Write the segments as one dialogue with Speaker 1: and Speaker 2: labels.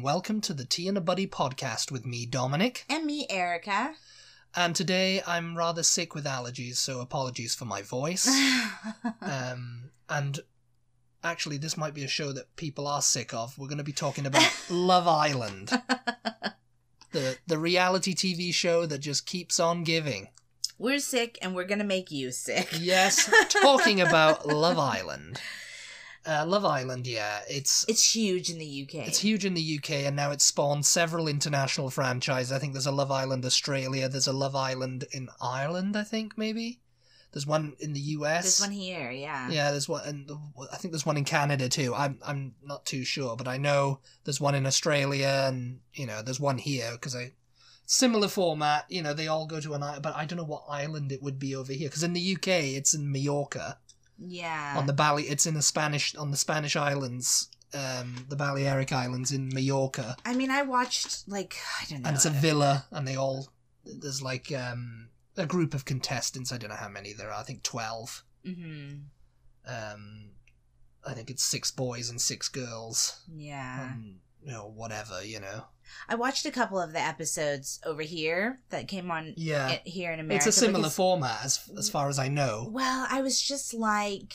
Speaker 1: welcome to the Tea and a Buddy podcast with me, Dominic.
Speaker 2: And me, Erica.
Speaker 1: And today I'm rather sick with allergies, so apologies for my voice. um, and actually, this might be a show that people are sick of. We're going to be talking about Love Island, the the reality TV show that just keeps on giving.
Speaker 2: we're sick and we're gonna make you sick.
Speaker 1: Yes, talking about Love Island. Uh, Love Island, yeah, it's
Speaker 2: It's huge in the UK.
Speaker 1: It's huge in the UK, and now it's spawned several international franchises. I think there's a Love Island Australia, there's a Love Island in Ireland, I think maybe. There's one in the US.
Speaker 2: This one here, yeah.
Speaker 1: Yeah, there's one, and the- I think there's one in Canada too. I'm I'm not too sure, but I know there's one in Australia, and you know there's one here because I similar format. You know they all go to an island, but I don't know what island it would be over here because in the UK it's in Mallorca
Speaker 2: Yeah.
Speaker 1: on the Bali. It's in the Spanish on the Spanish islands, um, the Balearic Islands in Mallorca
Speaker 2: I mean, I watched like I don't know.
Speaker 1: and it's a villa and they all there's like um a group of contestants i don't know how many there are i think 12
Speaker 2: hmm
Speaker 1: um i think it's six boys and six girls
Speaker 2: Yeah.
Speaker 1: um, you know whatever you know
Speaker 2: I watched a couple of the episodes over here that came on
Speaker 1: yeah
Speaker 2: i- here in America.
Speaker 1: it's a similar
Speaker 2: because-
Speaker 1: format as, as far as i know
Speaker 2: Well, I was just like,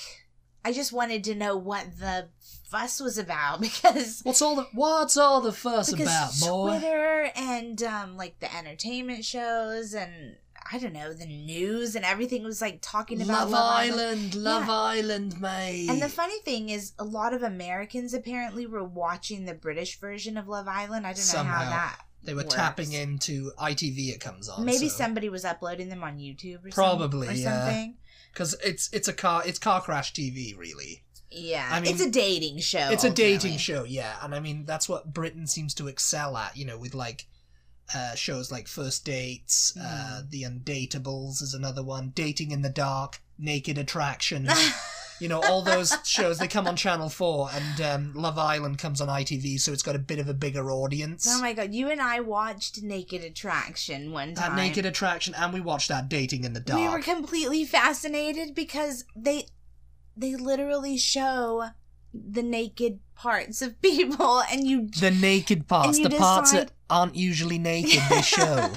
Speaker 2: I just wanted to know what the fuss was about because
Speaker 1: what's all the what's all the fuss
Speaker 2: because
Speaker 1: about boy
Speaker 2: Twitter and um, like the entertainment shows and I don't know the news and everything was like talking
Speaker 1: love,
Speaker 2: about Love,
Speaker 1: island,
Speaker 2: Island.
Speaker 1: love
Speaker 2: Yeah.
Speaker 1: island mate
Speaker 2: And the funny thing is, a lot of Americans apparently were watching the British version of Love Island. I don't know
Speaker 1: Somehow.
Speaker 2: how that.
Speaker 1: they were
Speaker 2: works.
Speaker 1: tapping into itv it comes on
Speaker 2: Maybe
Speaker 1: so.
Speaker 2: somebody was uploading them on YouTube or
Speaker 1: Probably,
Speaker 2: some, or
Speaker 1: yeah.
Speaker 2: something.
Speaker 1: because it's it's a car it's car crash tv really
Speaker 2: Yeah,
Speaker 1: I mean,
Speaker 2: it's a dating show.
Speaker 1: it's a dating
Speaker 2: ultimately.
Speaker 1: show, yeah, and I mean that's what Britain seems to excel at, you know, with like uh, shows like First Dates,
Speaker 2: Mm.
Speaker 1: uh, The Undateables is another one, Dating in the Dark, Naked Attraction, you know, all those shows they come on Channel Four, and um, Love Island comes on ITV, so it's got a bit of a bigger audience.
Speaker 2: oh my god, you and I watched Naked Attraction one
Speaker 1: that
Speaker 2: time.
Speaker 1: Uh, Naked Attraction, and we watched that Dating in the Dark.
Speaker 2: we were completely fascinated because they they literally show the naked parts of people, and you
Speaker 1: the naked parts,
Speaker 2: you
Speaker 1: the parts
Speaker 2: decide-
Speaker 1: that aren't usually naked, they show.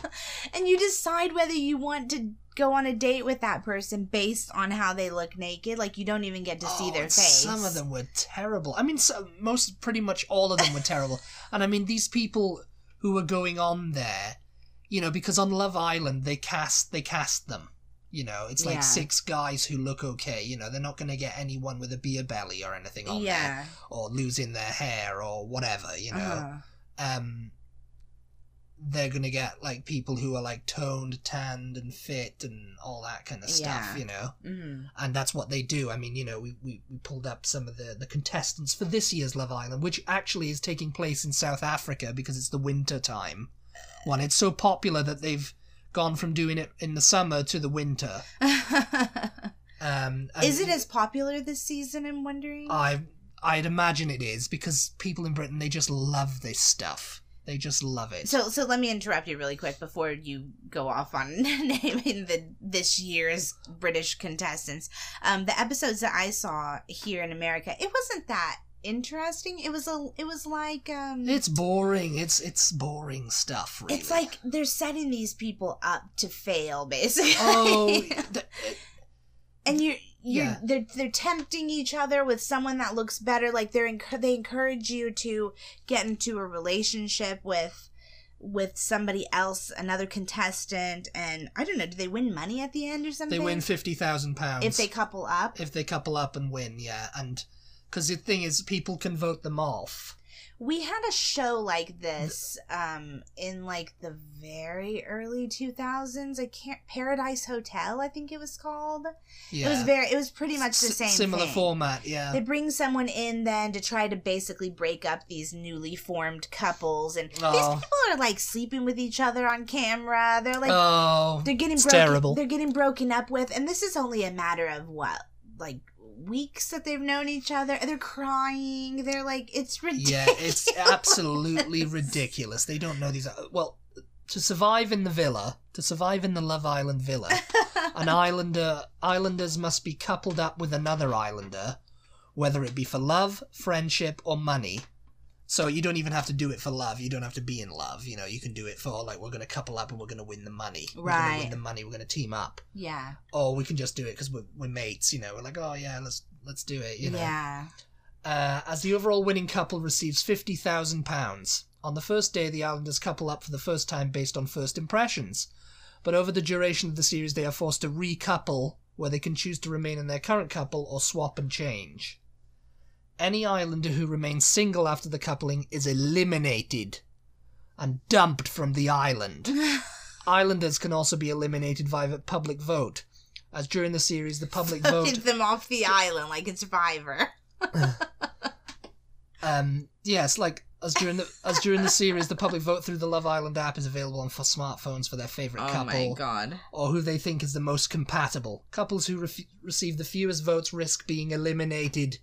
Speaker 2: and you decide whether you want to go on a date with that person based on how they look naked. Like you don't even get to
Speaker 1: Oh,
Speaker 2: see their
Speaker 1: and
Speaker 2: face.
Speaker 1: Some of them were terrible. I mean, so, most, pretty much all of them were terrible. And I mean, these people who were going on there, you know, because on Love Island they cast they cast them. You know, it's like
Speaker 2: Yeah.
Speaker 1: six guys who look okay. You know, they're not going to get anyone with a beer belly or anything on there,
Speaker 2: yeah.
Speaker 1: or losing their hair or whatever. You know,
Speaker 2: Uh-huh.
Speaker 1: um, they're going to get like people who are like toned, tanned, and fit, and all that kind of stuff.
Speaker 2: Yeah.
Speaker 1: You know
Speaker 2: Mhm.
Speaker 1: and that's what they do. I mean, you know, we, we, we pulled up some of the, the contestants for this year's Love Island, which actually is taking place in South Africa because it's the winter time one. It's so popular that they've gone from doing it in the summer to the winter. Um, and
Speaker 2: uh-huh. Mm-hmm. Is it as popular this season? I'm wondering.
Speaker 1: I I'd imagine it is because people in Britain they just love this stuff. They just love it.
Speaker 2: so, so let me interrupt you really quick before you go off on naming the this year's British contestants. Um, the episodes that I saw here in America, it wasn't that interesting. It was a, it was like um,
Speaker 1: it's boring. It's it's boring stuff. Really.
Speaker 2: It's like they're setting these people up to fail, basically.
Speaker 1: oh, th-
Speaker 2: and you, you,
Speaker 1: Yeah.
Speaker 2: are they're they're tempting each other with someone that looks better. Like they're encour- they encourage you to get into a relationship with with somebody else, another contestant, and I don't know. Do they win money at the end or something?
Speaker 1: they win fifty thousand pounds
Speaker 2: if they couple up.
Speaker 1: if they couple up and win, yeah. And because the thing is, people can vote them off.
Speaker 2: We had a show like this um, in like the very early two thousands. I can't Paradise Hotel, I think it was called.
Speaker 1: Yeah,
Speaker 2: It was very. It was pretty much the
Speaker 1: S-
Speaker 2: same.
Speaker 1: similar
Speaker 2: thing.
Speaker 1: format. Yeah,
Speaker 2: They bring someone in then to try to basically break up these newly formed couples, and these
Speaker 1: Oh.
Speaker 2: people are like sleeping with each other on camera. They're like
Speaker 1: oh,
Speaker 2: they're getting
Speaker 1: it's
Speaker 2: broken,
Speaker 1: terrible.
Speaker 2: They're getting broken up with, and this is only a matter of what like weeks that they've known each other. They're crying. They're like it's
Speaker 1: yeah,
Speaker 2: ridiculous.
Speaker 1: it's absolutely ridiculous. They don't know these. Well, to survive in the villa, to survive in the Love Island villa, an islander islanders must be coupled up with another islander, whether it be for love, friendship, or money. So you don't even have to do it for love. You don't have to be in love. You know, you can do it for like we're going to couple up and we're going to win the money. We're going to
Speaker 2: Right.
Speaker 1: win the money. We're going to team up.
Speaker 2: Yeah.
Speaker 1: Or we can just do it because we're, we're mates. You know, we're like, oh yeah, let's let's do it. You know.
Speaker 2: Yeah.
Speaker 1: Uh, as the overall winning couple receives fifty thousand pounds on the first day, the Islanders couple up for the first time based on first impressions. But over the duration of the series, they are forced to recouple, where they can choose to remain in their current couple or swap and change. Any Islander who remains single after the coupling is eliminated and dumped from the island. Islanders can also be eliminated via public vote, as during the series, the public vote
Speaker 2: Get them off the island like it's Survivor.
Speaker 1: Um, yes, like as during the as during the series, the public vote through the Love Island app is available on for smartphones for their favorite
Speaker 2: Oh
Speaker 1: couple
Speaker 2: god.
Speaker 1: or who they think is the most compatible. Couples who ref- receive the fewest votes risk being eliminated.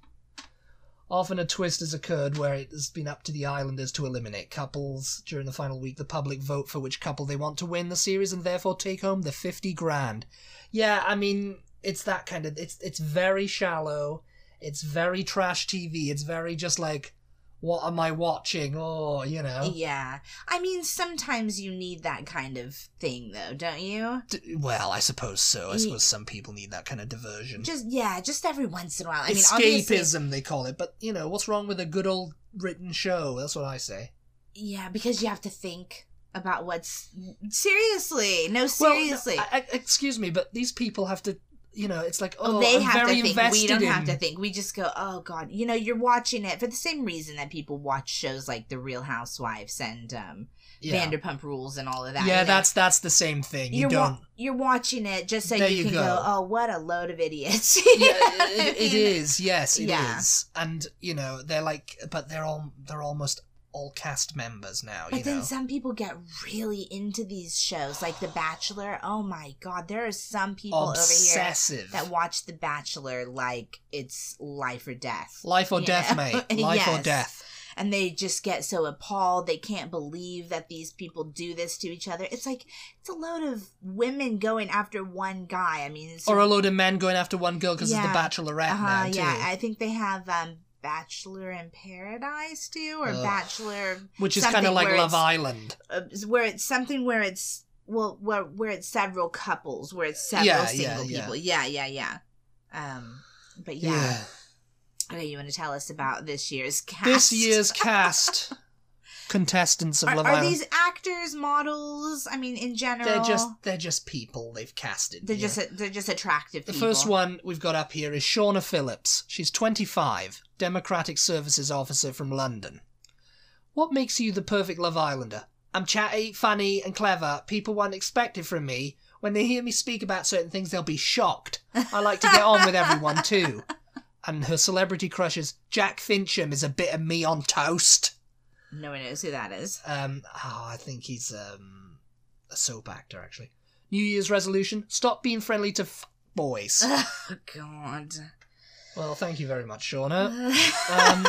Speaker 1: Often a twist has occurred where it has been up to the Islanders to eliminate couples. During the final week, the public vote for which couple they want to win the series and therefore take home the 50 grand. Yeah, I mean, it's that kind of it's it's very shallow. It's very trash TV. It's very just like what am I watching? Oh, you know.
Speaker 2: Yeah. I mean, sometimes you need that kind of thing, though, don't you?
Speaker 1: D- well, I suppose so. I
Speaker 2: Ye-
Speaker 1: suppose some people need that kind of diversion.
Speaker 2: Just, yeah, just every once in a while. I mean, obviously.
Speaker 1: escapism they call it but you know what's wrong with a good old written show that's what i say
Speaker 2: Yeah, because you have to think about what's. Seriously. No, seriously.
Speaker 1: well, no, I- I- excuse me but these people have to you know it's like oh,
Speaker 2: Oh, they
Speaker 1: I'm
Speaker 2: have
Speaker 1: very
Speaker 2: to think.
Speaker 1: invested
Speaker 2: We don't
Speaker 1: in...
Speaker 2: have to think. We just go, oh god. You know, you're watching it for the same reason that people watch shows like The Real Housewives and um,
Speaker 1: yeah,
Speaker 2: Vanderpump Rules and all of that.
Speaker 1: yeah
Speaker 2: you know?
Speaker 1: that's that's the same thing you
Speaker 2: you're wa-
Speaker 1: don't
Speaker 2: you're watching it just so
Speaker 1: There
Speaker 2: you
Speaker 1: you
Speaker 2: can go.
Speaker 1: go.
Speaker 2: oh, what a load of idiots.
Speaker 1: yeah, it- it is yes it is,
Speaker 2: Yeah.
Speaker 1: and you know they're like but they're all they're almost all cast members now
Speaker 2: But
Speaker 1: you
Speaker 2: then
Speaker 1: know
Speaker 2: some people get really into these shows, like The Bachelor. Oh my God, there are some people
Speaker 1: obsessive
Speaker 2: over here that watch The Bachelor like it's life or death.
Speaker 1: life or
Speaker 2: you
Speaker 1: death
Speaker 2: know?
Speaker 1: mate life or
Speaker 2: Yes.
Speaker 1: death
Speaker 2: and they just get so appalled they can't believe that these people do this to each other it's like it's a load of women going after one guy i mean it's
Speaker 1: or a load of men going after one girl because
Speaker 2: Yeah.
Speaker 1: it's the bachelorette now
Speaker 2: uh-huh,
Speaker 1: too
Speaker 2: yeah i think they have um bachelor in paradise too or
Speaker 1: Ugh.
Speaker 2: bachelor
Speaker 1: which is
Speaker 2: something
Speaker 1: kind of like
Speaker 2: where
Speaker 1: love
Speaker 2: it's-
Speaker 1: island
Speaker 2: uh, where it's something where it's well where, where it's several couples where it's several
Speaker 1: Yeah, yeah,
Speaker 2: single
Speaker 1: yeah.
Speaker 2: people yeah yeah yeah um but yeah. okay you want to tell us about this year's cast
Speaker 1: This year's cast contestants of
Speaker 2: are,
Speaker 1: Love
Speaker 2: are
Speaker 1: Island.
Speaker 2: these actors models i mean in general
Speaker 1: They're just they're just people they've casted.
Speaker 2: They're
Speaker 1: you know.
Speaker 2: just they're just attractive.
Speaker 1: the
Speaker 2: people.
Speaker 1: first one we've got up here is Shauna Phillips. She's 25, Democratic Services Officer from London. What makes you the perfect Love Islander? I'm chatty, funny, and clever. People won't expect it from me. When they hear me speak about certain things, they'll be shocked. I like to get on with everyone too. And her celebrity crush is Jack Fincham is a bit of me on toast.
Speaker 2: No one knows who that is.
Speaker 1: Um, oh, I think he's um, a soap actor, actually. New Year's resolution: stop being friendly to f- boys.
Speaker 2: oh God.
Speaker 1: well, thank you very much, Shauna. um,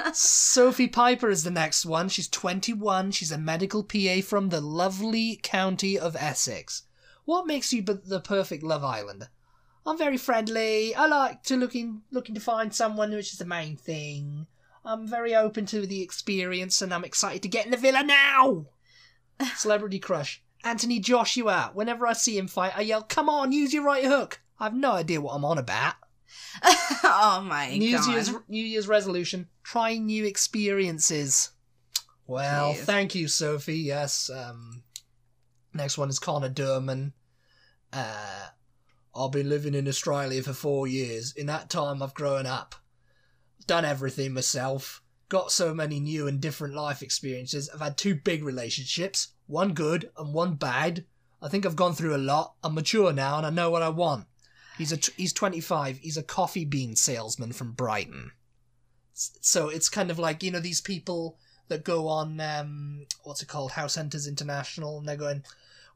Speaker 2: Oh
Speaker 1: Sophie Piper is the next one. She's 21. She's a medical PA from the lovely county of Essex. What makes you b- the perfect Love Islander? I'm very friendly. I like to looking looking to find someone, which is the main thing. I'm very open to the experience, and I'm excited to get in the villa now. Celebrity crush Anthony Joshua. Whenever I see him fight, I yell, "Come on, use your right hook!" I've no idea what I'm on about.
Speaker 2: oh my
Speaker 1: New
Speaker 2: God.
Speaker 1: Year's New Year's resolution: try new experiences. Well,
Speaker 2: Jeez.
Speaker 1: thank you, Sophie. Yes. Um, next one is Connor Durman. Uh, I'll be living in Australia for four years. In that time, I've grown up, done everything myself, got so many new and different life experiences. I've had two big relationships, one good and one bad. I think I've gone through a lot. I'm mature now, and I know what I want. He's a t- he's 25. He's a coffee bean salesman from Brighton. S- So it's kind of like you know these people that go on um, what's it called House Hunters International, and they're going,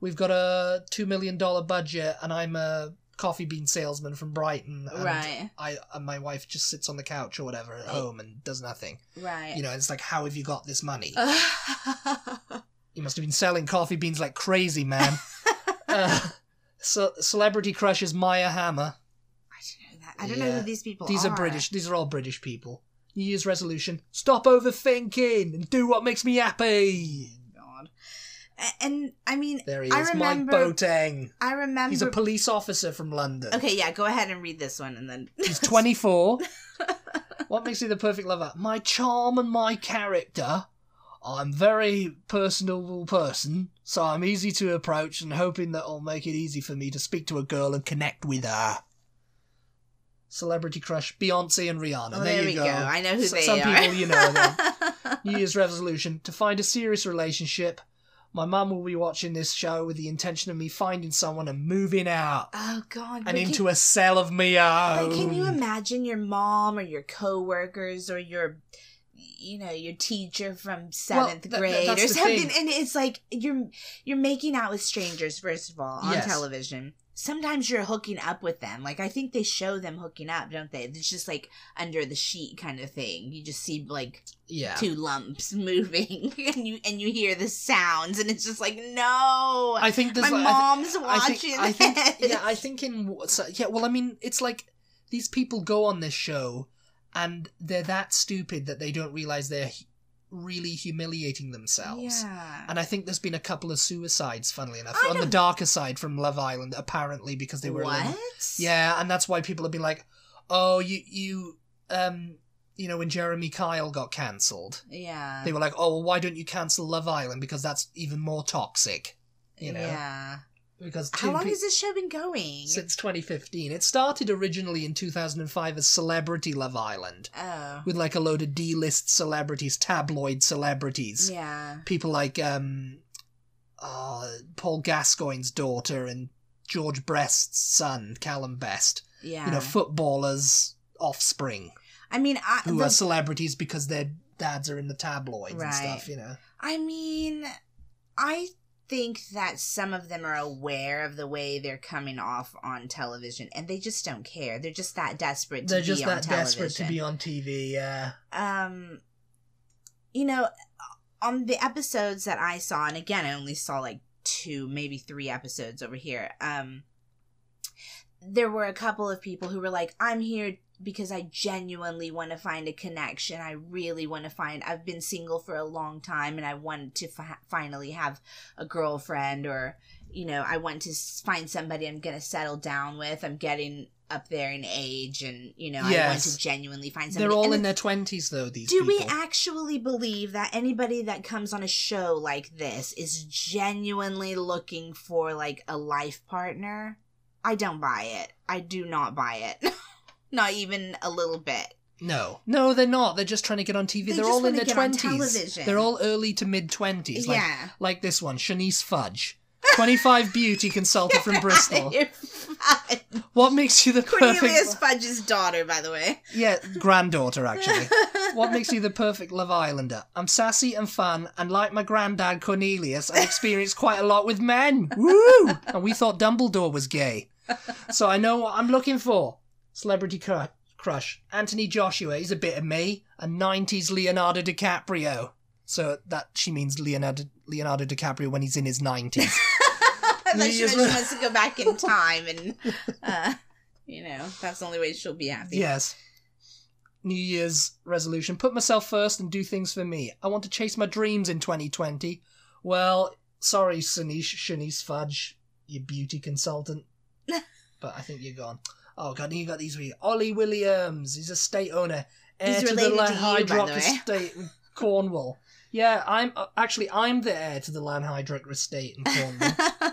Speaker 1: "We've got a two million dollar budget, and I'm a coffee bean salesman from Brighton, and
Speaker 2: Right.
Speaker 1: I and my wife just sits on the couch or whatever at home and does nothing.
Speaker 2: Right.
Speaker 1: You know, it's like, how have you got this money? You must have been selling coffee beans like crazy, man. uh, so celebrity crush is Maya Hammer.
Speaker 2: I don't know that. I don't know
Speaker 1: Yeah.
Speaker 2: who these people
Speaker 1: These
Speaker 2: are.
Speaker 1: are British. These are all British people. New Year's resolution: stop overthinking and do what makes me happy.
Speaker 2: God. A- And I mean,
Speaker 1: There he is,
Speaker 2: I remember-
Speaker 1: Mike Boateng.
Speaker 2: I remember.
Speaker 1: He's a police officer from London.
Speaker 2: okay, yeah, go ahead and read this one and then.
Speaker 1: He's 24. what makes me the perfect lover? My charm and my character. I'm very personable person, so I'm easy to approach and hoping that'll make it easy for me to speak to a girl and connect with her. Celebrity crush Beyonce and Rihanna.
Speaker 2: Oh,
Speaker 1: there, you
Speaker 2: we go. I know who
Speaker 1: S-
Speaker 2: they
Speaker 1: some
Speaker 2: are.
Speaker 1: people, you know them. New Year's resolution to find a serious relationship. My mum will be watching this show with the intention of me finding someone and moving out
Speaker 2: oh God.
Speaker 1: and
Speaker 2: we
Speaker 1: into a cell of my own.
Speaker 2: Like, can you imagine your mom or your coworkers or your, you know, your teacher from seventh
Speaker 1: that- that-
Speaker 2: grade
Speaker 1: that's
Speaker 2: or
Speaker 1: the
Speaker 2: something?
Speaker 1: thing.
Speaker 2: And it's like you're you're making out with strangers first of all on
Speaker 1: Yes.
Speaker 2: television. Sometimes you're hooking up with them. Like I think they show them hooking up, don't they? It's just like under the sheet kind of thing. You just see like
Speaker 1: Yeah.
Speaker 2: two lumps moving, and you and you hear the sounds, and it's just like no,
Speaker 1: I think
Speaker 2: my
Speaker 1: there's like,
Speaker 2: mom's
Speaker 1: I thi-
Speaker 2: watching.
Speaker 1: I think, I think
Speaker 2: this.
Speaker 1: yeah, I think in w- so, yeah, well I mean it's like these people go on this show and they're that stupid that they don't realize they're hu- really humiliating themselves.
Speaker 2: Yeah.
Speaker 1: And I think there's been a couple of suicides funnily enough
Speaker 2: I
Speaker 1: on the
Speaker 2: don't-
Speaker 1: darker side from Love Island apparently because they were
Speaker 2: what?
Speaker 1: elim- Yeah, and that's why people have been like, "Oh, you you um you know when Jeremy Kyle got cancelled,
Speaker 2: Yeah.
Speaker 1: they were like, "Oh, well, why don't you cancel Love Island because that's even more toxic." You know.
Speaker 2: Yeah.
Speaker 1: Because two
Speaker 2: How long
Speaker 1: pe-
Speaker 2: has this show been going?
Speaker 1: since 2015. It started originally in 2005 as Celebrity Love Island,
Speaker 2: oh.
Speaker 1: with like a load of D-list celebrities, tabloid celebrities,
Speaker 2: Yeah.
Speaker 1: people like um, uh, Paul Gascoigne's daughter and George Brest's son, Callum Best.
Speaker 2: Yeah.
Speaker 1: You know, footballers' offspring
Speaker 2: I mean, I,
Speaker 1: who
Speaker 2: the-
Speaker 1: are celebrities because their dads are in the tabloids and
Speaker 2: Right.
Speaker 1: stuff. You know,
Speaker 2: I mean, I think that some of them are aware of the way they're coming off on television, and they just don't care. They're just that desperate. To
Speaker 1: they're
Speaker 2: be
Speaker 1: just
Speaker 2: on
Speaker 1: that
Speaker 2: television.
Speaker 1: desperate to be on TV. Yeah.
Speaker 2: um you know on the episodes that i saw and again i only saw like two maybe three episodes over here um there were a couple of people who were like i'm here because i genuinely want to find a connection i really want to find i've been single for a long time and i want to fi- finally have a girlfriend or you know i want to s- find somebody i'm going to settle down with i'm getting up there in age and you know i want
Speaker 1: Yes.
Speaker 2: to genuinely find somebody
Speaker 1: They're all
Speaker 2: And
Speaker 1: in their twenties though. These
Speaker 2: do
Speaker 1: people.
Speaker 2: we actually believe that anybody that comes on a show like this is genuinely looking for like a life partner? I don't buy it. I do not buy it. not even a little bit.
Speaker 1: No, no, they're not. They're just trying to get on TV.
Speaker 2: They
Speaker 1: They are
Speaker 2: just
Speaker 1: all in
Speaker 2: wanna
Speaker 1: their
Speaker 2: get on
Speaker 1: twenties.
Speaker 2: television.
Speaker 1: They're all early to mid twenties. Like
Speaker 2: yeah.
Speaker 1: like this one, Shanice Fudge, twenty-five beauty consultant from Bristol.
Speaker 2: You're fine.
Speaker 1: What makes you the
Speaker 2: Cornelius
Speaker 1: perfect?
Speaker 2: Fudge's daughter, by the way.
Speaker 1: Yeah, granddaughter actually. What makes you the perfect Love Islander? I'm sassy and fun, and like my granddad Cornelius, I experienced quite a lot with men. Woo! And we thought Dumbledore was gay. So I know what I'm looking for. Celebrity cru- crush. Anthony Joshua, he's a bit of me, a 90s Leonardo DiCaprio. So that she means Leonardo, Leonardo DiCaprio when he's in his 90s.
Speaker 2: I thought she
Speaker 1: Yes.
Speaker 2: meant she wants to go back in time and, uh, you know, that's the only way she'll be happy.
Speaker 1: yes. New Year's resolution. Put myself first and do things for me. I want to chase my dreams in 2020. Well, sorry, Sanish, Shanice Fudge, you beauty consultant. but I think you're gone. Oh, God, you got these. we- Ollie Williams, he's a state owner. Heir
Speaker 2: He's
Speaker 1: to the
Speaker 2: related to you, by the
Speaker 1: Lanhydrock
Speaker 2: way.
Speaker 1: estate in Cornwall. Yeah, I'm uh, actually I'm the heir to the Lanhydrock estate in Cornwall.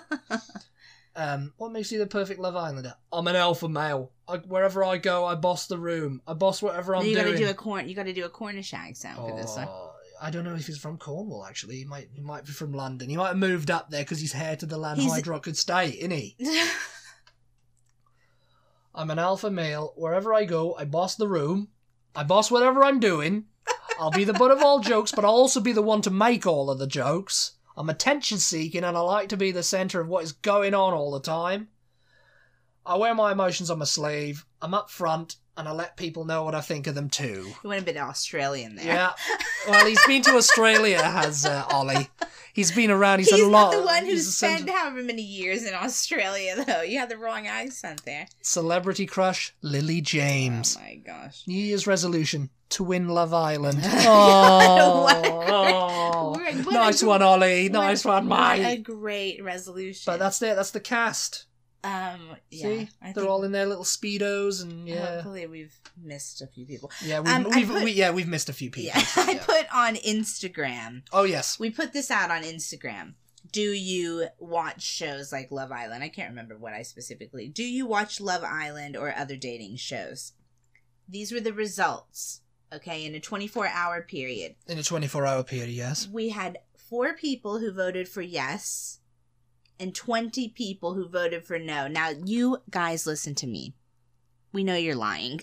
Speaker 1: Um, what makes you the perfect Love Islander? I'm an alpha male. I, wherever I go, I boss the room. I boss whatever I'm
Speaker 2: you
Speaker 1: doing.
Speaker 2: gotta do a corn. You gotta do a Cornish accent for this one.
Speaker 1: Oh, I don't know if he's from Cornwall. Actually, he might he might be from London. He might have moved up there because he's heir to the land
Speaker 2: He's-
Speaker 1: Hydrock estate, isn't he? I'm an alpha male. Wherever I go, I boss the room. I boss whatever I'm doing. I'll be the butt of all jokes, but I'll also be the one to make all of the jokes. I'm attention seeking and I like to be the centre of what is going on all the time. I wear my emotions on my sleeve. I'm up front and I let people know what I think of them too.
Speaker 2: you went a bit Australian there.
Speaker 1: Yeah. Well, he's been to Australia, has uh, Ollie. He's been around. He's,
Speaker 2: He's,
Speaker 1: a lot.
Speaker 2: not the one who
Speaker 1: he's a
Speaker 2: spent
Speaker 1: cele-
Speaker 2: however many years in Australia, though. You had the wrong accent there.
Speaker 1: celebrity crush Lily James.
Speaker 2: Oh my gosh.
Speaker 1: New Year's resolution to win Love Island.
Speaker 2: Oh,
Speaker 1: Oh,
Speaker 2: what?
Speaker 1: oh.
Speaker 2: What a
Speaker 1: nice
Speaker 2: gr-
Speaker 1: one, Ollie.
Speaker 2: what-
Speaker 1: Nice one,
Speaker 2: What a
Speaker 1: Mike.
Speaker 2: great resolution.
Speaker 1: But that's it. That's the cast.
Speaker 2: um, yeah,
Speaker 1: See,
Speaker 2: I
Speaker 1: they're
Speaker 2: think
Speaker 1: all in their little speedos, and yeah,
Speaker 2: Hopefully, we've missed a few people.
Speaker 1: yeah, we've,
Speaker 2: Uh-huh. Um, I
Speaker 1: we've,
Speaker 2: put-
Speaker 1: we, yeah, we've missed a few people.
Speaker 2: Yeah, I
Speaker 1: Yeah.
Speaker 2: put on Instagram.
Speaker 1: Oh yes,
Speaker 2: We put this out on Instagram. Do you watch shows like Love Island? I can't remember what I specifically. Do you watch Love Island or other dating shows? These were the results. Okay, in a 24 hour period.
Speaker 1: in a 24-hour period, yes.
Speaker 2: We had four people who voted for yes and 20 people who voted for no. Now, you guys listen to me. We know you're lying.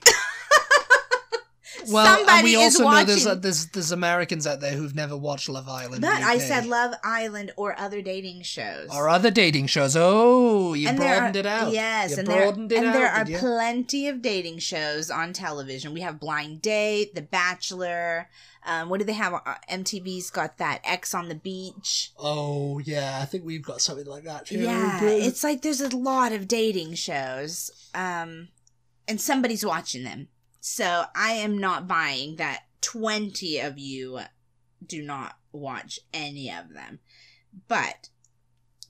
Speaker 1: Well, and we also know there's, uh,
Speaker 2: watching-
Speaker 1: there's there's Americans out there who've never watched Love Island.
Speaker 2: But I
Speaker 1: UK.
Speaker 2: said Love Island or other dating shows.
Speaker 1: or other dating shows. Oh, you
Speaker 2: And there
Speaker 1: broadened
Speaker 2: are-
Speaker 1: it out.
Speaker 2: Yes,
Speaker 1: You
Speaker 2: and there,
Speaker 1: broadened it
Speaker 2: and there
Speaker 1: out,
Speaker 2: are
Speaker 1: did you?
Speaker 2: plenty of dating shows on television. We have Blind Date, The Bachelor. Um, what do they have? Uh, MTV's got that X on the Beach.
Speaker 1: Oh yeah, I think we've got something like that. too.
Speaker 2: Yeah,
Speaker 1: Bro.
Speaker 2: it's like there's a lot of dating shows, um, and somebody's watching them. So I am not buying that 20 of you do not watch any of them. But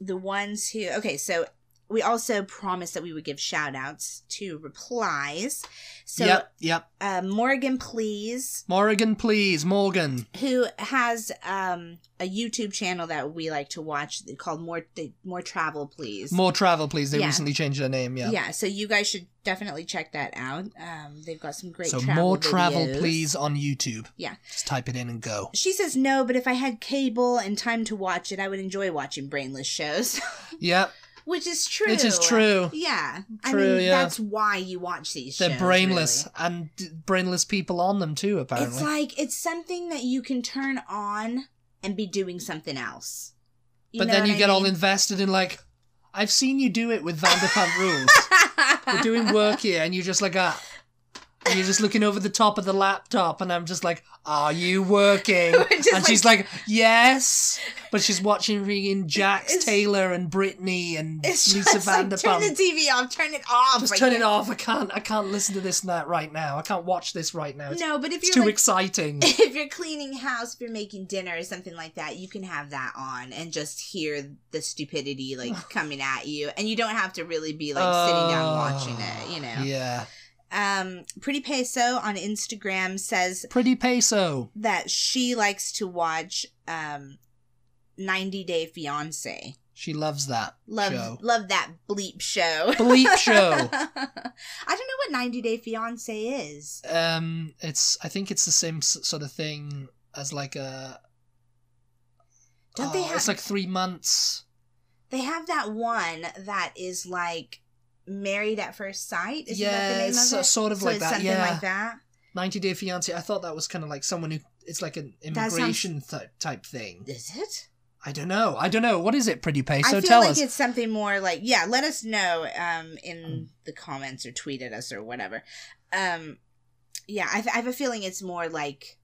Speaker 2: the ones who, okay, so we also promised that we would give shout outs to replies. So
Speaker 1: yep, yep.
Speaker 2: uh, Morgan, please
Speaker 1: Morgan, please, Morgan.
Speaker 2: who has um, a YouTube channel that we like to watch called More the, More Travel Please.
Speaker 1: More travel, please. They
Speaker 2: Yeah.
Speaker 1: recently changed their name.
Speaker 2: yeah.
Speaker 1: Yeah.
Speaker 2: so you guys should definitely check that out. Um, they've got some great
Speaker 1: so
Speaker 2: travel
Speaker 1: more travel,
Speaker 2: videos.
Speaker 1: please, on YouTube.
Speaker 2: Yeah.
Speaker 1: Just type it in and go.
Speaker 2: She says no, but if I had cable and time to watch it, I would enjoy watching brainless shows,
Speaker 1: Yep,
Speaker 2: which is true.
Speaker 1: it is true.
Speaker 2: Yeah, I
Speaker 1: True,
Speaker 2: mean
Speaker 1: yeah.
Speaker 2: that's why you watch these.
Speaker 1: They're
Speaker 2: shows,
Speaker 1: brainless
Speaker 2: really.
Speaker 1: and d- brainless people on them too. Apparently.
Speaker 2: It's like it's something that you can turn on and be doing something else.
Speaker 1: but
Speaker 2: know
Speaker 1: then
Speaker 2: what
Speaker 1: you
Speaker 2: I
Speaker 1: get all
Speaker 2: mean?
Speaker 1: invested in like, I've seen you do it with Vanderpump Rules. We're doing work here, and you're just like ah. and You're just looking over the top of the laptop, and I'm just like, "Are you working?"
Speaker 2: We're
Speaker 1: And
Speaker 2: just
Speaker 1: she's like, "Yes," but she's watching freaking Jax
Speaker 2: It's-
Speaker 1: Taylor and Brittany and
Speaker 2: It's
Speaker 1: Lisa
Speaker 2: just like,
Speaker 1: Vanderpump.
Speaker 2: turn the TV off, turn it off.
Speaker 1: just
Speaker 2: like-
Speaker 1: turn it off. I can't. I can't listen to this night right now. I can't watch this right now. It's,
Speaker 2: No, but if
Speaker 1: it's
Speaker 2: you're
Speaker 1: too
Speaker 2: like,
Speaker 1: exciting.
Speaker 2: if you're cleaning house, if you're making dinner or something like that, you can have that on and just hear the stupidity like coming at you, and you don't have to really be like sitting down watching it. You know,
Speaker 1: Ah, Yeah.
Speaker 2: um, Pretty Peso on Instagram says
Speaker 1: Pretty peso.
Speaker 2: that she likes to watch um, 90 Day Fiance.
Speaker 1: She loves that
Speaker 2: Love,
Speaker 1: show.
Speaker 2: love that bleep show.
Speaker 1: Bleep show.
Speaker 2: I don't know what 90 Day Fiance is.
Speaker 1: Um, it's. I think it's the same s- sort of thing as like a.
Speaker 2: Don't they
Speaker 1: oh,
Speaker 2: have
Speaker 1: It's like three months.
Speaker 2: they have that one that is like married at first sight? Isn't that the
Speaker 1: Yeah,
Speaker 2: name
Speaker 1: it's
Speaker 2: of
Speaker 1: so-
Speaker 2: it?
Speaker 1: sort of
Speaker 2: so
Speaker 1: like
Speaker 2: it's
Speaker 1: that,
Speaker 2: something
Speaker 1: yeah.
Speaker 2: like that.
Speaker 1: Ninety Day Fiance. I thought that was kind of like someone who. It's like an
Speaker 2: That sounds-
Speaker 1: immigration type type thing.
Speaker 2: Is it?
Speaker 1: I don't know. I don't know. What is it, Pretty
Speaker 2: I
Speaker 1: Peso?
Speaker 2: feel
Speaker 1: Tell
Speaker 2: like
Speaker 1: us.
Speaker 2: it's something more like yeah, let us know um in the comments or tweet at us or whatever. Um yeah, I, I have a feeling it's more like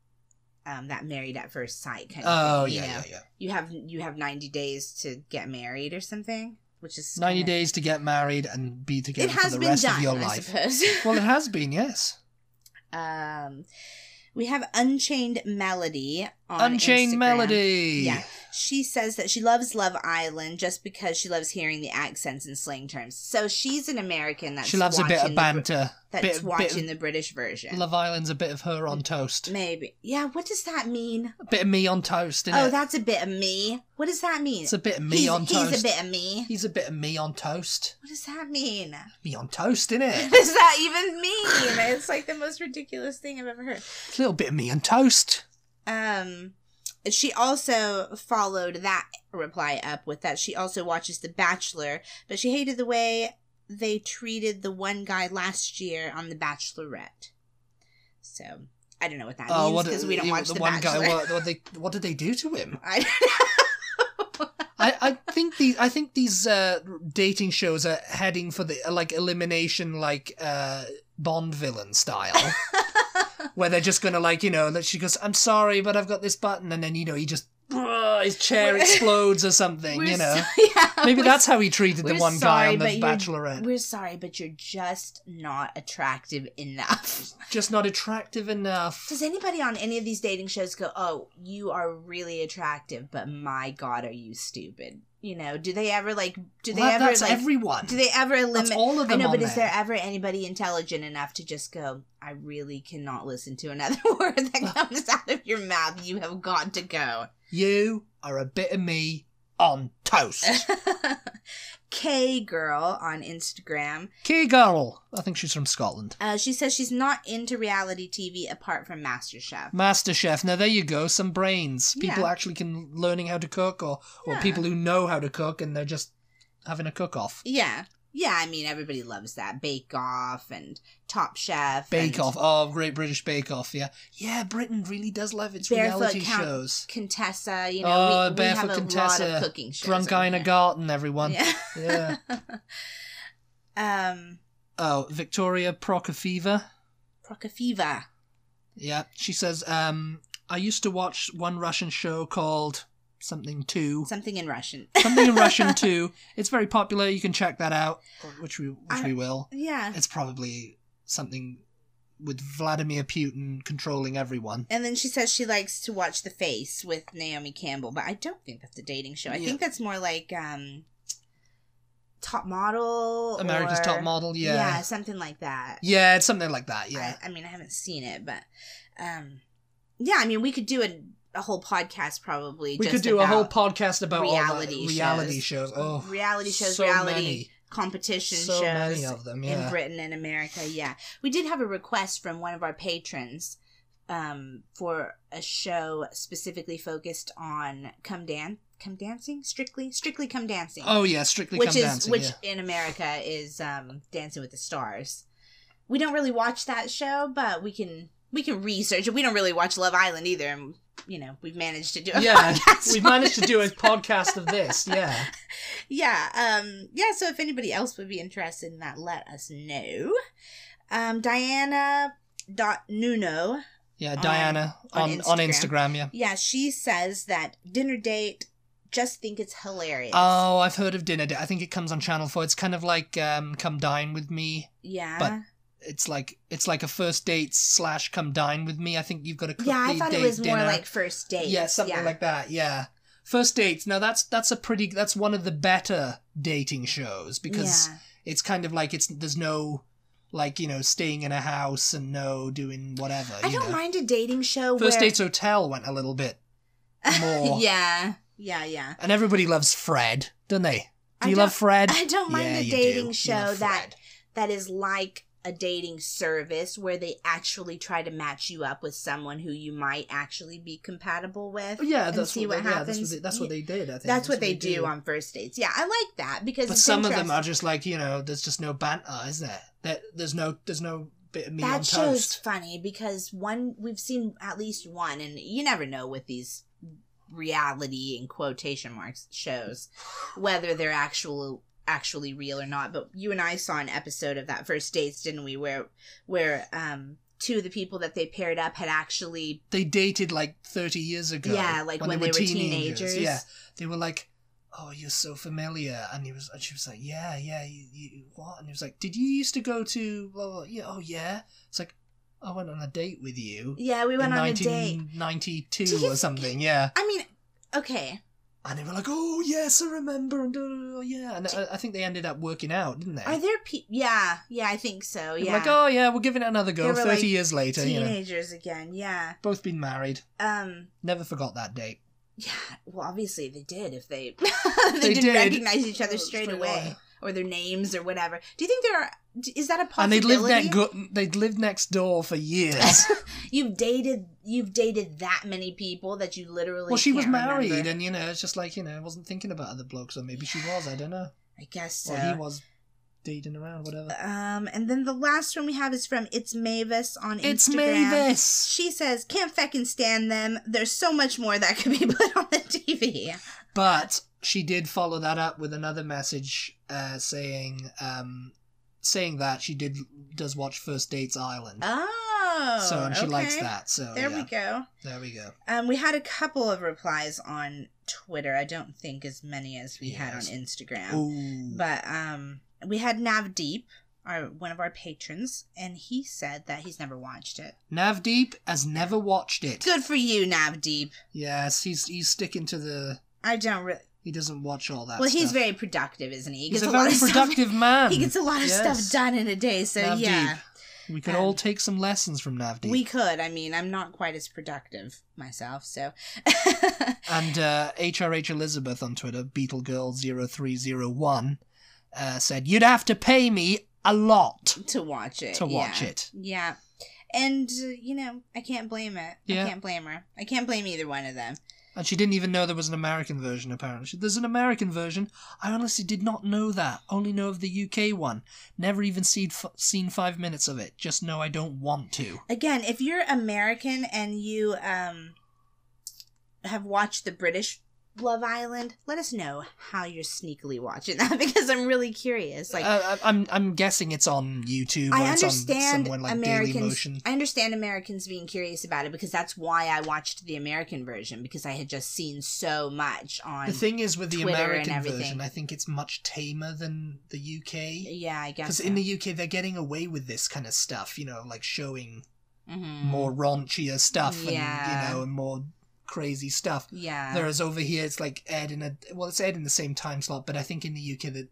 Speaker 2: um that married at first sight kind of
Speaker 1: Oh
Speaker 2: thing, you
Speaker 1: yeah,
Speaker 2: know?
Speaker 1: yeah, yeah.
Speaker 2: You have you have 90 days to get married or something, which is
Speaker 1: 90
Speaker 2: kinda-
Speaker 1: days to get married and be
Speaker 2: It
Speaker 1: together for
Speaker 2: has
Speaker 1: the
Speaker 2: been
Speaker 1: rest of
Speaker 2: done,
Speaker 1: your
Speaker 2: I
Speaker 1: life.
Speaker 2: suppose.
Speaker 1: Well, it has been, yes.
Speaker 2: Um, we have Unchained Melody on
Speaker 1: Unchained
Speaker 2: Instagram.
Speaker 1: Melody.
Speaker 2: Yeah. She says that she loves Love Island just because she loves hearing the accents and slang terms. So she's an American that's
Speaker 1: she loves a bit
Speaker 2: watching
Speaker 1: of
Speaker 2: the Br-
Speaker 1: banter.
Speaker 2: that's
Speaker 1: bit- bit
Speaker 2: watching
Speaker 1: of-
Speaker 2: the British version.
Speaker 1: Love Island's a bit of her
Speaker 2: Mm.
Speaker 1: on toast.
Speaker 2: Maybe. Yeah, what does that mean?
Speaker 1: A bit of me on toast, innit?
Speaker 2: oh, that's a bit of me. What does that mean?
Speaker 1: It's a bit of me
Speaker 2: he's,
Speaker 1: on
Speaker 2: he's
Speaker 1: toast.
Speaker 2: a bit of me.
Speaker 1: He's a bit of me on toast.
Speaker 2: What does that mean?
Speaker 1: Me on toast, innit?
Speaker 2: What does that even mean? It's like the most ridiculous thing I've ever heard.
Speaker 1: a little bit of me on toast.
Speaker 2: Um, she also followed that reply up with that she also watches The Bachelor, but she hated the way they treated the one guy last year on The Bachelorette. So I don't know what that
Speaker 1: Oh,
Speaker 2: means because we
Speaker 1: Uh,
Speaker 2: don't
Speaker 1: you-
Speaker 2: watch The,
Speaker 1: one
Speaker 2: Bachelor.
Speaker 1: guy. What, what they, what did they do to him?
Speaker 2: I don't know.
Speaker 1: I, I think these I think these uh, dating shows are heading for the uh, like elimination like uh, Bond villain style, where they're just gonna like you know that she goes I'm sorry but I've got this button and then you know he just "Bruh," his chair
Speaker 2: We're-
Speaker 1: explodes or something,
Speaker 2: We're
Speaker 1: you know.
Speaker 2: so- yeah,
Speaker 1: Maybe
Speaker 2: we're
Speaker 1: that's how he treated the
Speaker 2: we're
Speaker 1: one
Speaker 2: sorry,
Speaker 1: guy on
Speaker 2: but
Speaker 1: The
Speaker 2: you're-
Speaker 1: Bachelorette.
Speaker 2: We're sorry, but you're just not attractive enough.
Speaker 1: Just not attractive enough.
Speaker 2: Does anybody on any of these dating shows go, "Oh, you are really attractive, but my god, are you stupid?" You know, do they ever like do they
Speaker 1: Well,
Speaker 2: ever
Speaker 1: that's
Speaker 2: like
Speaker 1: everyone.
Speaker 2: do they ever
Speaker 1: that's
Speaker 2: eliminate
Speaker 1: all of
Speaker 2: I
Speaker 1: them
Speaker 2: know,
Speaker 1: on
Speaker 2: but
Speaker 1: there.
Speaker 2: is there ever anybody intelligent enough to just go, I really cannot listen to another word that comes out of your mouth. You have got to go.
Speaker 1: You are a bit of me on toast.
Speaker 2: K girl on Instagram.
Speaker 1: Key girl. I think she's from Scotland.
Speaker 2: Uh, she says she's not into reality TV apart from MasterChef.
Speaker 1: MasterChef. Now there you go, some brains. People
Speaker 2: Yeah.
Speaker 1: actually can learning how to cook or or
Speaker 2: Yeah.
Speaker 1: people who know how to cook and they're just having a cook off.
Speaker 2: Yeah. Yeah, I mean, everybody loves that. Bake Off and Top Chef.
Speaker 1: Bake
Speaker 2: and
Speaker 1: Off. Oh, Great British Bake Off, yeah. Yeah, Britain really does love its
Speaker 2: Barefoot
Speaker 1: reality
Speaker 2: Count-
Speaker 1: shows.
Speaker 2: Contessa. You know,
Speaker 1: Oh,
Speaker 2: we, we
Speaker 1: Barefoot
Speaker 2: have a lot
Speaker 1: Contessa,
Speaker 2: of cooking shows.
Speaker 1: Drunk
Speaker 2: on
Speaker 1: guy in a
Speaker 2: here.
Speaker 1: garden, everyone.
Speaker 2: Yeah.
Speaker 1: yeah.
Speaker 2: um,
Speaker 1: Oh, Victoria Prokofiev.
Speaker 2: Prokofiev.
Speaker 1: Yeah, she says, um, I used to watch one Russian show called something two,
Speaker 2: Something in Russian.
Speaker 1: something in Russian two. It's very popular. You can check that out, which we which
Speaker 2: I-
Speaker 1: we will.
Speaker 2: Yeah.
Speaker 1: It's probably something with Vladimir Putin controlling everyone.
Speaker 2: And then she says she likes to watch The Face with Naomi Campbell, but I don't think that's a dating show. I
Speaker 1: Yeah.
Speaker 2: think that's more like um Top Model.
Speaker 1: America's
Speaker 2: or-
Speaker 1: Top Model. Yeah.
Speaker 2: something like that.
Speaker 1: Yeah, it's something like that. Yeah.
Speaker 2: I, I mean, I haven't seen it, but um yeah, I mean, we could do a, a whole podcast probably.
Speaker 1: we
Speaker 2: just
Speaker 1: could do a
Speaker 2: about
Speaker 1: whole podcast about reality all
Speaker 2: reality
Speaker 1: the reality
Speaker 2: shows.
Speaker 1: shows. Oh,
Speaker 2: reality shows,
Speaker 1: so
Speaker 2: reality
Speaker 1: many.
Speaker 2: competition
Speaker 1: so
Speaker 2: shows
Speaker 1: many of them.
Speaker 2: in
Speaker 1: Yeah.
Speaker 2: Britain and America. Yeah, we did have a request from one of our patrons um, for a show specifically focused on come dan come dancing strictly strictly come dancing,
Speaker 1: Oh yeah, Strictly
Speaker 2: which
Speaker 1: Come
Speaker 2: is
Speaker 1: Dancing.
Speaker 2: which
Speaker 1: yeah.
Speaker 2: in America is um, Dancing with the Stars. We don't really watch that show, but we can we can research it. We don't really watch Love Island either, and you know we've managed to do a
Speaker 1: Yeah,
Speaker 2: podcast
Speaker 1: We've
Speaker 2: on
Speaker 1: managed to
Speaker 2: it.
Speaker 1: do a podcast of this. Yeah.
Speaker 2: Yeah, um, yeah. So if anybody else would be interested in that, let us know. Um, Diana dot Nuno.
Speaker 1: Yeah,
Speaker 2: on-
Speaker 1: Diana
Speaker 2: on
Speaker 1: on, on, Instagram.
Speaker 2: Instagram.
Speaker 1: yeah.
Speaker 2: Yeah, she says that dinner date. Just think it's hilarious.
Speaker 1: Oh, I've heard of Dinner Date. I think it comes on Channel Four. It's kind of like um, Come Dine with Me.
Speaker 2: yeah.
Speaker 1: but It's like it's like a first date slash Come Dine with Me. I think you've got to cook
Speaker 2: yeah, I
Speaker 1: the
Speaker 2: thought it
Speaker 1: date
Speaker 2: was
Speaker 1: dinner.
Speaker 2: more like first date.
Speaker 1: yeah, something like that. Yeah, first dates. Now that's that's a pretty that's one of the better dating shows because
Speaker 2: Yeah.
Speaker 1: it's kind of like it's there's no like you know staying in a house and no doing whatever.
Speaker 2: I
Speaker 1: you
Speaker 2: don't
Speaker 1: know.
Speaker 2: mind a dating show.
Speaker 1: First
Speaker 2: where...
Speaker 1: Dates Hotel went a little bit more.
Speaker 2: yeah, yeah, yeah.
Speaker 1: And everybody loves Fred, don't they? Do
Speaker 2: I
Speaker 1: you
Speaker 2: don't-
Speaker 1: love Fred?
Speaker 2: I don't mind
Speaker 1: Yeah,
Speaker 2: a
Speaker 1: you do.
Speaker 2: dating
Speaker 1: You
Speaker 2: show
Speaker 1: love
Speaker 2: that
Speaker 1: Fred.
Speaker 2: that is like a dating service where they actually try to match you up with someone who you might actually be compatible with.
Speaker 1: Oh, yeah,
Speaker 2: and
Speaker 1: that's
Speaker 2: see
Speaker 1: what,
Speaker 2: what
Speaker 1: they, yeah,
Speaker 2: happens.
Speaker 1: that's what they, that's what they did. I think
Speaker 2: That's what they do, on first dates. Yeah, I like that because
Speaker 1: But
Speaker 2: it's
Speaker 1: some of them are
Speaker 2: interesting.
Speaker 1: just like you know, there's just no banter, is there? There, there's no, there's no bit of me on
Speaker 2: that show's
Speaker 1: toast.
Speaker 2: funny because one we've seen at least one, and you never know with these reality and quotation marks shows whether they're actual actually real or not. But you and I saw an episode of that first dates, didn't we? Where where um two of the people that they paired up had actually
Speaker 1: They dated like 30 years ago.
Speaker 2: Yeah, like when, they, were teenagers.
Speaker 1: Yeah, they were like, "Oh, you're so familiar," and he was, and she was like, "Yeah, yeah, you, you what?" And he was like, "Did you used to go to blah, blah, blah?" Yeah, oh yeah. It's like I went on a date with you.
Speaker 2: Yeah, we went
Speaker 1: in
Speaker 2: on a date.
Speaker 1: 1992
Speaker 2: Do you
Speaker 1: or
Speaker 2: think-
Speaker 1: something, yeah.
Speaker 2: I mean, okay.
Speaker 1: And they were like, "Oh yes, I remember," and da, da, da, yeah. And I, I think they ended up working out, didn't they?
Speaker 2: Are there people? Yeah, yeah, I think so.
Speaker 1: They were
Speaker 2: Yeah,
Speaker 1: Like, oh yeah, we're giving it another
Speaker 2: They
Speaker 1: go.
Speaker 2: were
Speaker 1: Thirty
Speaker 2: like
Speaker 1: years later, you know,
Speaker 2: teenagers again. Yeah.
Speaker 1: both been married.
Speaker 2: Um.
Speaker 1: Never forgot that date.
Speaker 2: Yeah. Well, obviously they did if they they,
Speaker 1: They
Speaker 2: didn't
Speaker 1: did.
Speaker 2: recognize each
Speaker 1: Oh,
Speaker 2: other straight,
Speaker 1: straight
Speaker 2: away
Speaker 1: away.
Speaker 2: or their names or whatever. Do you think there are? d- Is that a
Speaker 1: And they'd
Speaker 2: possibility?
Speaker 1: lived next go- they'd lived next door for years.
Speaker 2: You've dated you've dated that many people that you literally.
Speaker 1: well, she was
Speaker 2: can't
Speaker 1: married,
Speaker 2: remember.
Speaker 1: and you know, it's just like you know, wasn't thinking about other blokes, or maybe she was. I don't know.
Speaker 2: I guess so.
Speaker 1: Or he was dating around, whatever.
Speaker 2: Um, and then the last one we have is from It's Mavis on
Speaker 1: It's
Speaker 2: Instagram.
Speaker 1: Mavis,
Speaker 2: She says, can't feckin' stand them. There's so much more that could be put on the TV.
Speaker 1: but she did follow that up with another message uh, saying, um, saying that she did does watch First Dates Island,
Speaker 2: Oh.
Speaker 1: so and she likes
Speaker 2: okay.
Speaker 1: that. So
Speaker 2: There
Speaker 1: yeah,
Speaker 2: we go.
Speaker 1: there we go.
Speaker 2: Um, we had a couple of replies on Twitter. I don't think as many as we had on
Speaker 1: Yes.
Speaker 2: Instagram.
Speaker 1: Ooh.
Speaker 2: But um, we had Navdeep, our one of our patrons, and he said that he's never watched it.
Speaker 1: Navdeep has never watched it.
Speaker 2: Good for you, Navdeep.
Speaker 1: Yes, he's he's sticking to the.
Speaker 2: I don't really.
Speaker 1: He doesn't watch all that.
Speaker 2: Well, he's
Speaker 1: stuff.
Speaker 2: very productive, isn't he? he
Speaker 1: He's
Speaker 2: gets
Speaker 1: a
Speaker 2: a lot
Speaker 1: very
Speaker 2: of stuff-
Speaker 1: productive man.
Speaker 2: He gets a lot of
Speaker 1: Yes.
Speaker 2: stuff done in a day, so
Speaker 1: Navdeep.
Speaker 2: yeah,
Speaker 1: We could
Speaker 2: um,
Speaker 1: all take some lessons from Navdeep.
Speaker 2: we could. I mean, I'm not quite as productive myself, so
Speaker 1: And uh, HRH Elizabeth on Twitter, BeetleGirl0301, uh, said, You'd have to pay me a lot
Speaker 2: to watch it,
Speaker 1: to watch
Speaker 2: yeah.
Speaker 1: it.
Speaker 2: yeah. And uh, you know, I can't blame it.
Speaker 1: Yeah.
Speaker 2: I can't blame her. I can't blame either one of them.
Speaker 1: And she didn't even know there was an American version, apparently. She- There's an American version. I honestly did not know that. Only know of the UK one. Never even seen, f- seen five minutes of it. Just know I don't want to.
Speaker 2: again, if you're American and you um have watched the British Love Island, let us know how you're sneakily watching that because I'm really curious. Like
Speaker 1: Uh, I- I'm, I'm guessing it's on YouTube or
Speaker 2: I
Speaker 1: it's on
Speaker 2: understand
Speaker 1: somewhere like Daily
Speaker 2: Americans
Speaker 1: Motion.
Speaker 2: I understand Americans being curious about it because that's why I watched the American version because I had just seen so much on
Speaker 1: The thing is, with the
Speaker 2: Twitter and
Speaker 1: American
Speaker 2: everything.
Speaker 1: version, I think it's much tamer than the UK.
Speaker 2: Yeah, I guess.
Speaker 1: Because
Speaker 2: So.
Speaker 1: in the UK, they're getting away with this kind of stuff, you know, like showing
Speaker 2: Mhm.
Speaker 1: more raunchier stuff
Speaker 2: Yeah.
Speaker 1: and, you know, and more crazy stuff.
Speaker 2: Yeah.
Speaker 1: Whereas over here, it's like aired in a, well, it's aired in the same time slot, but I think in the UK, the,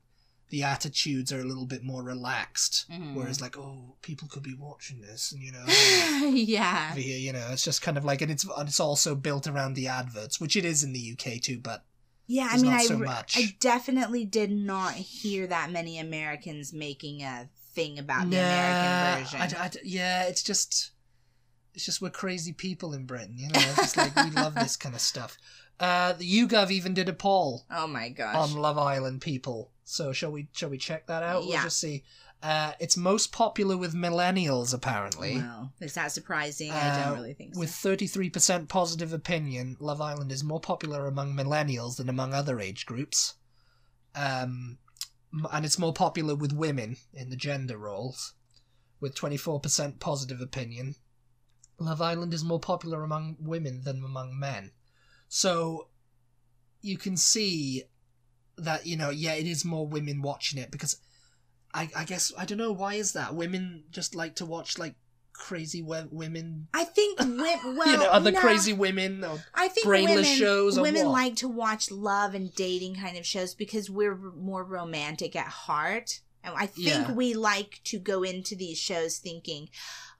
Speaker 1: the attitudes are a little bit more relaxed.
Speaker 2: Mhm.
Speaker 1: Whereas, like, oh, people could be watching this, and, you know.
Speaker 2: yeah.
Speaker 1: over here, you know, it's just kind of like, and it's and it's also built around the adverts, which it is in the UK too. But
Speaker 2: Yeah, I
Speaker 1: It's
Speaker 2: mean,
Speaker 1: not
Speaker 2: I,
Speaker 1: so
Speaker 2: re-
Speaker 1: much.
Speaker 2: I definitely did not hear that many Americans making a thing about the American version.
Speaker 1: I d- I d- yeah, it's just it's just we're crazy people in Britain, you know. It's just like we love this kind of stuff. Uh, the YouGov even did a poll
Speaker 2: oh my gosh.
Speaker 1: on Love Island people. So shall we shall we check that out? We'll
Speaker 2: Yeah.
Speaker 1: just see. Uh, it's most popular with millennials apparently.
Speaker 2: Wow. Is that surprising? I
Speaker 1: Uh,
Speaker 2: don't really think so.
Speaker 1: With 33% positive opinion, Love Island is more popular among millennials than among other age groups. Um, m- and it's more popular with women in the gender roles, with 24% positive opinion. Love Island is more popular among women than among men. So you can see that, you know, yeah, it is more women watching it because I, I guess, I don't know, why is that? Women just like to watch, like, crazy we- women
Speaker 2: I think wi- well,
Speaker 1: you know, other
Speaker 2: no,
Speaker 1: crazy women. Or,
Speaker 2: I think
Speaker 1: brainless
Speaker 2: women,
Speaker 1: shows or
Speaker 2: Women
Speaker 1: what?
Speaker 2: like to watch love and dating kind of shows because we're r- more romantic at heart. And I think
Speaker 1: Yeah.
Speaker 2: we like to go into these shows thinking,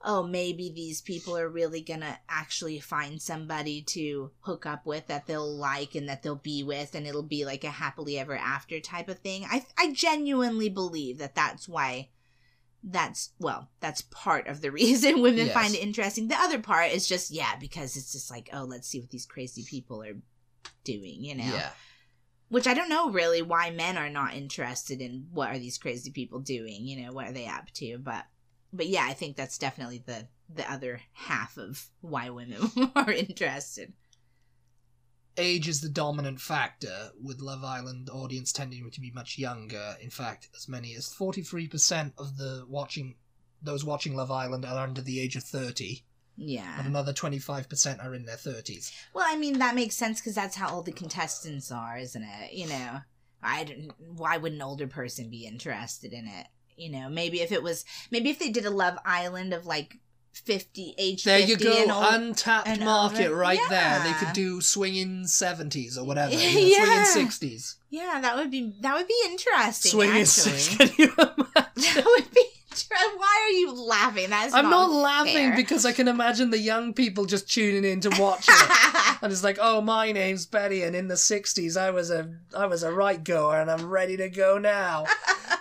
Speaker 2: oh, maybe these people are really going to actually find somebody to hook up with that they'll like and that they'll be with, and it'll be like a happily ever after type of thing. I, I genuinely believe that that's why that's well that's part of the reason women
Speaker 1: Yes.
Speaker 2: find it interesting the other part is just yeah because it's just like oh let's see what these crazy people are doing you know which i don't know really why men are not interested in what are these crazy people doing you know what are they up to but but yeah i think that's definitely the the other half of why women are interested
Speaker 1: Age is the dominant factor, with Love Island audience tending to be much younger. In fact, as many as 43% of the watching those watching Love Island are under the age of 30, and
Speaker 2: yeah
Speaker 1: another 25% are in their 30s.
Speaker 2: well i mean that makes sense because that's how old the contestants are isn't it you know i don't why would an older person be interested in it you know maybe if it was maybe if they did a love island of like 50 age
Speaker 1: There
Speaker 2: 50
Speaker 1: you go,
Speaker 2: and old,
Speaker 1: untapped
Speaker 2: and
Speaker 1: market
Speaker 2: older-
Speaker 1: right there. They
Speaker 2: Yeah.
Speaker 1: could do swinging 70s or whatever, you know,
Speaker 2: Yeah.
Speaker 1: swinging 60s.
Speaker 2: yeah that would be that would be interesting
Speaker 1: Swinging 60s.
Speaker 2: actually
Speaker 1: Can you imagine?
Speaker 2: that would be inter- why are you laughing that's
Speaker 1: I'm not laughing
Speaker 2: fair.
Speaker 1: because I can imagine the young people just tuning in to watch it. And it's like, oh, my name's Betty, and in the '60s, I was a, I was a right goer, and I'm ready to go now.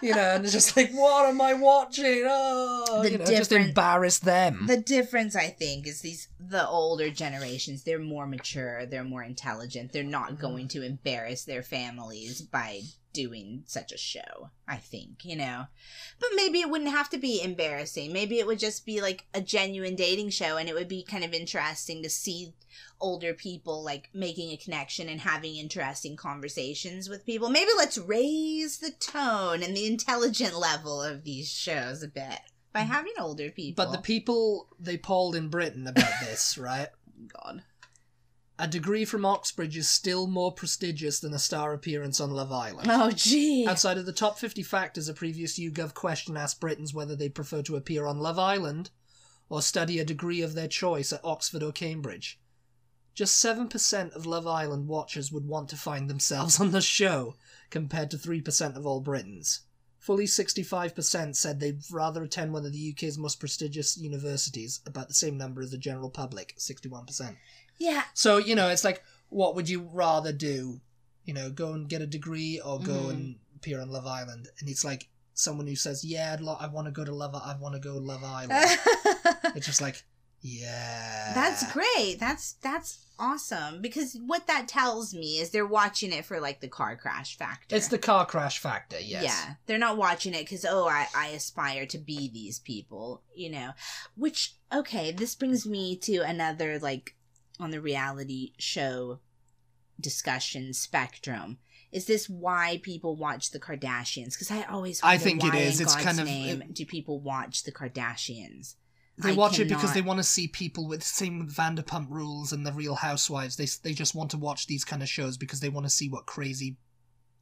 Speaker 1: You know, and it's just like, what am I watching? Oh,
Speaker 2: The
Speaker 1: you know, just
Speaker 2: different-
Speaker 1: embarrass them.
Speaker 2: the difference i think is these the older generations they're more mature they're more intelligent they're not going to embarrass their families by doing such a show i think you know but maybe it wouldn't have to be embarrassing maybe it would just be like a genuine dating show and it would be kind of interesting to see older people like making a connection and having interesting conversations with people maybe let's raise the tone and the intelligent level of these shows a bit by having older people Oh,
Speaker 1: but the people they polled in Britain about this, right?
Speaker 2: God.
Speaker 1: A degree from Oxbridge is still more prestigious than a star appearance on Love Island.
Speaker 2: Oh, gee.
Speaker 1: Outside of the top 50 factors, a previous YouGov question asked Britons whether they prefer to appear on Love Island or study a degree of their choice at Oxford or Cambridge. Just 7% of Love Island watchers would want to find themselves on the show, compared to 3% of all Britons. Fully 65% said they'd rather attend one of the UK's most prestigious universities, about the same number as the general public, 61%.
Speaker 2: yeah.
Speaker 1: So, you know, it's like, what would you rather do? You know, go and get a degree or go
Speaker 2: Mhm.
Speaker 1: and appear on Love Island? And it's like someone who says, yeah, I'd lo- I want to go to Love, I want to go Love Island. it's just like, yeah.
Speaker 2: That's great. That's that's awesome because what that tells me is they're watching it for like the car crash factor.
Speaker 1: It's the car crash factor, yes.
Speaker 2: Yeah, they're not watching it because oh, I I aspire to be these people, you know. Which okay, this brings me to another like on the reality show discussion spectrum. Is this why people watch the Kardashians? Because I always
Speaker 1: I
Speaker 2: wonder
Speaker 1: think it
Speaker 2: why
Speaker 1: is.
Speaker 2: in
Speaker 1: It's
Speaker 2: God's
Speaker 1: kind of-
Speaker 2: name do people watch the Kardashians?
Speaker 1: They
Speaker 2: I
Speaker 1: watch it because
Speaker 2: cannot-
Speaker 1: they want to see people with same with Vanderpump Rules and The Real Housewives. They they just want to watch these kind of shows because they want to see what crazy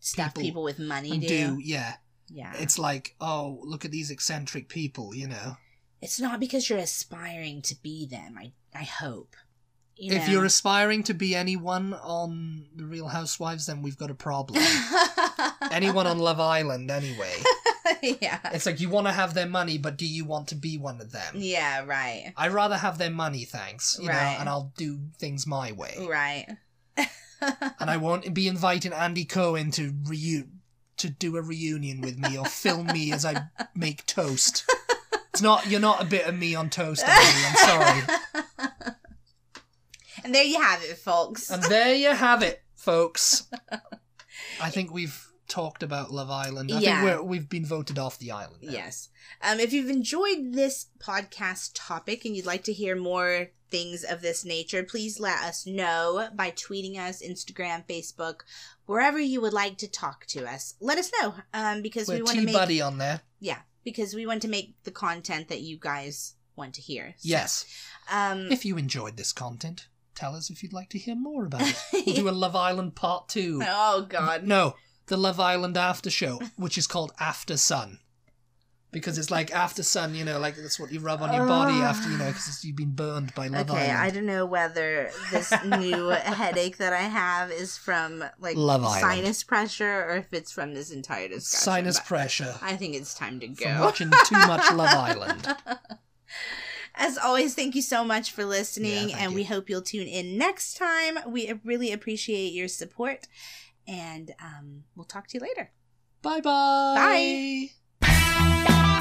Speaker 2: Stuff
Speaker 1: People-
Speaker 2: people, with money
Speaker 1: and
Speaker 2: do.
Speaker 1: do. Yeah,
Speaker 2: Yeah,
Speaker 1: it's like oh look at these eccentric people. You know,
Speaker 2: it's not because you're aspiring to be them. I I hope. You
Speaker 1: if
Speaker 2: know?
Speaker 1: you're aspiring to be anyone on The Real Housewives, then we've got a problem. anyone on Love Island, anyway.
Speaker 2: yeah.
Speaker 1: It's like you want to have their money, but do you want to be one of them?
Speaker 2: Yeah, right.
Speaker 1: I'd rather have their money, thanks. You
Speaker 2: Right.
Speaker 1: know, and I'll do things my way.
Speaker 2: Right.
Speaker 1: and I won't be inviting Andy Cohen to reu- to do a reunion with me or film me as I make toast. It's not you're not a bit of me on toast, Andy. I'm sorry. Oh,
Speaker 2: And there you have it, folks.
Speaker 1: And there you have it, folks. I think we've talked about Love Island. I
Speaker 2: Yeah.
Speaker 1: think we're, we've been voted off the island. now.
Speaker 2: Yes. Um, if you've enjoyed this podcast topic and you'd like to hear more things of this nature, please let us know by tweeting us, Instagram, Facebook, wherever you would like to talk to us. Let us know um, because we
Speaker 1: We're
Speaker 2: want to
Speaker 1: T
Speaker 2: make
Speaker 1: Buddy on there.
Speaker 2: yeah because we want to make the content that you guys want to hear. So,
Speaker 1: Yes.
Speaker 2: Um,
Speaker 1: If you enjoyed this content, tell us if you'd like to hear more about it. We'll do a Love Island part two.
Speaker 2: oh God.
Speaker 1: No, the Love Island after show, which is called After Sun. Because it's like after sun, you know, like that's what you rub on your body after, you know, because you've been burned by Love
Speaker 2: Uh. okay, I
Speaker 1: Island.
Speaker 2: don't know whether this new headache that I have is from like
Speaker 1: Love Island.
Speaker 2: sinus pressure or if it's from this entire discussion.
Speaker 1: Sinus
Speaker 2: but
Speaker 1: pressure
Speaker 2: I think it's time to
Speaker 1: from
Speaker 2: go.
Speaker 1: watching too much Love Island.
Speaker 2: As always, thank you so much for listening,
Speaker 1: Yeah, thank
Speaker 2: and we
Speaker 1: you.
Speaker 2: hope you'll tune in next time. We really appreciate your support, and um, we'll talk to you later.
Speaker 1: Bye-bye.
Speaker 2: Bye.
Speaker 1: Bye.